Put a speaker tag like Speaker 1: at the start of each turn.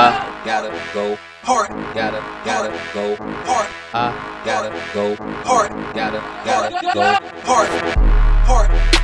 Speaker 1: I gotta go hard. Gotta gotta go hard. I gotta go hard. Gotta gotta go hard. Hard.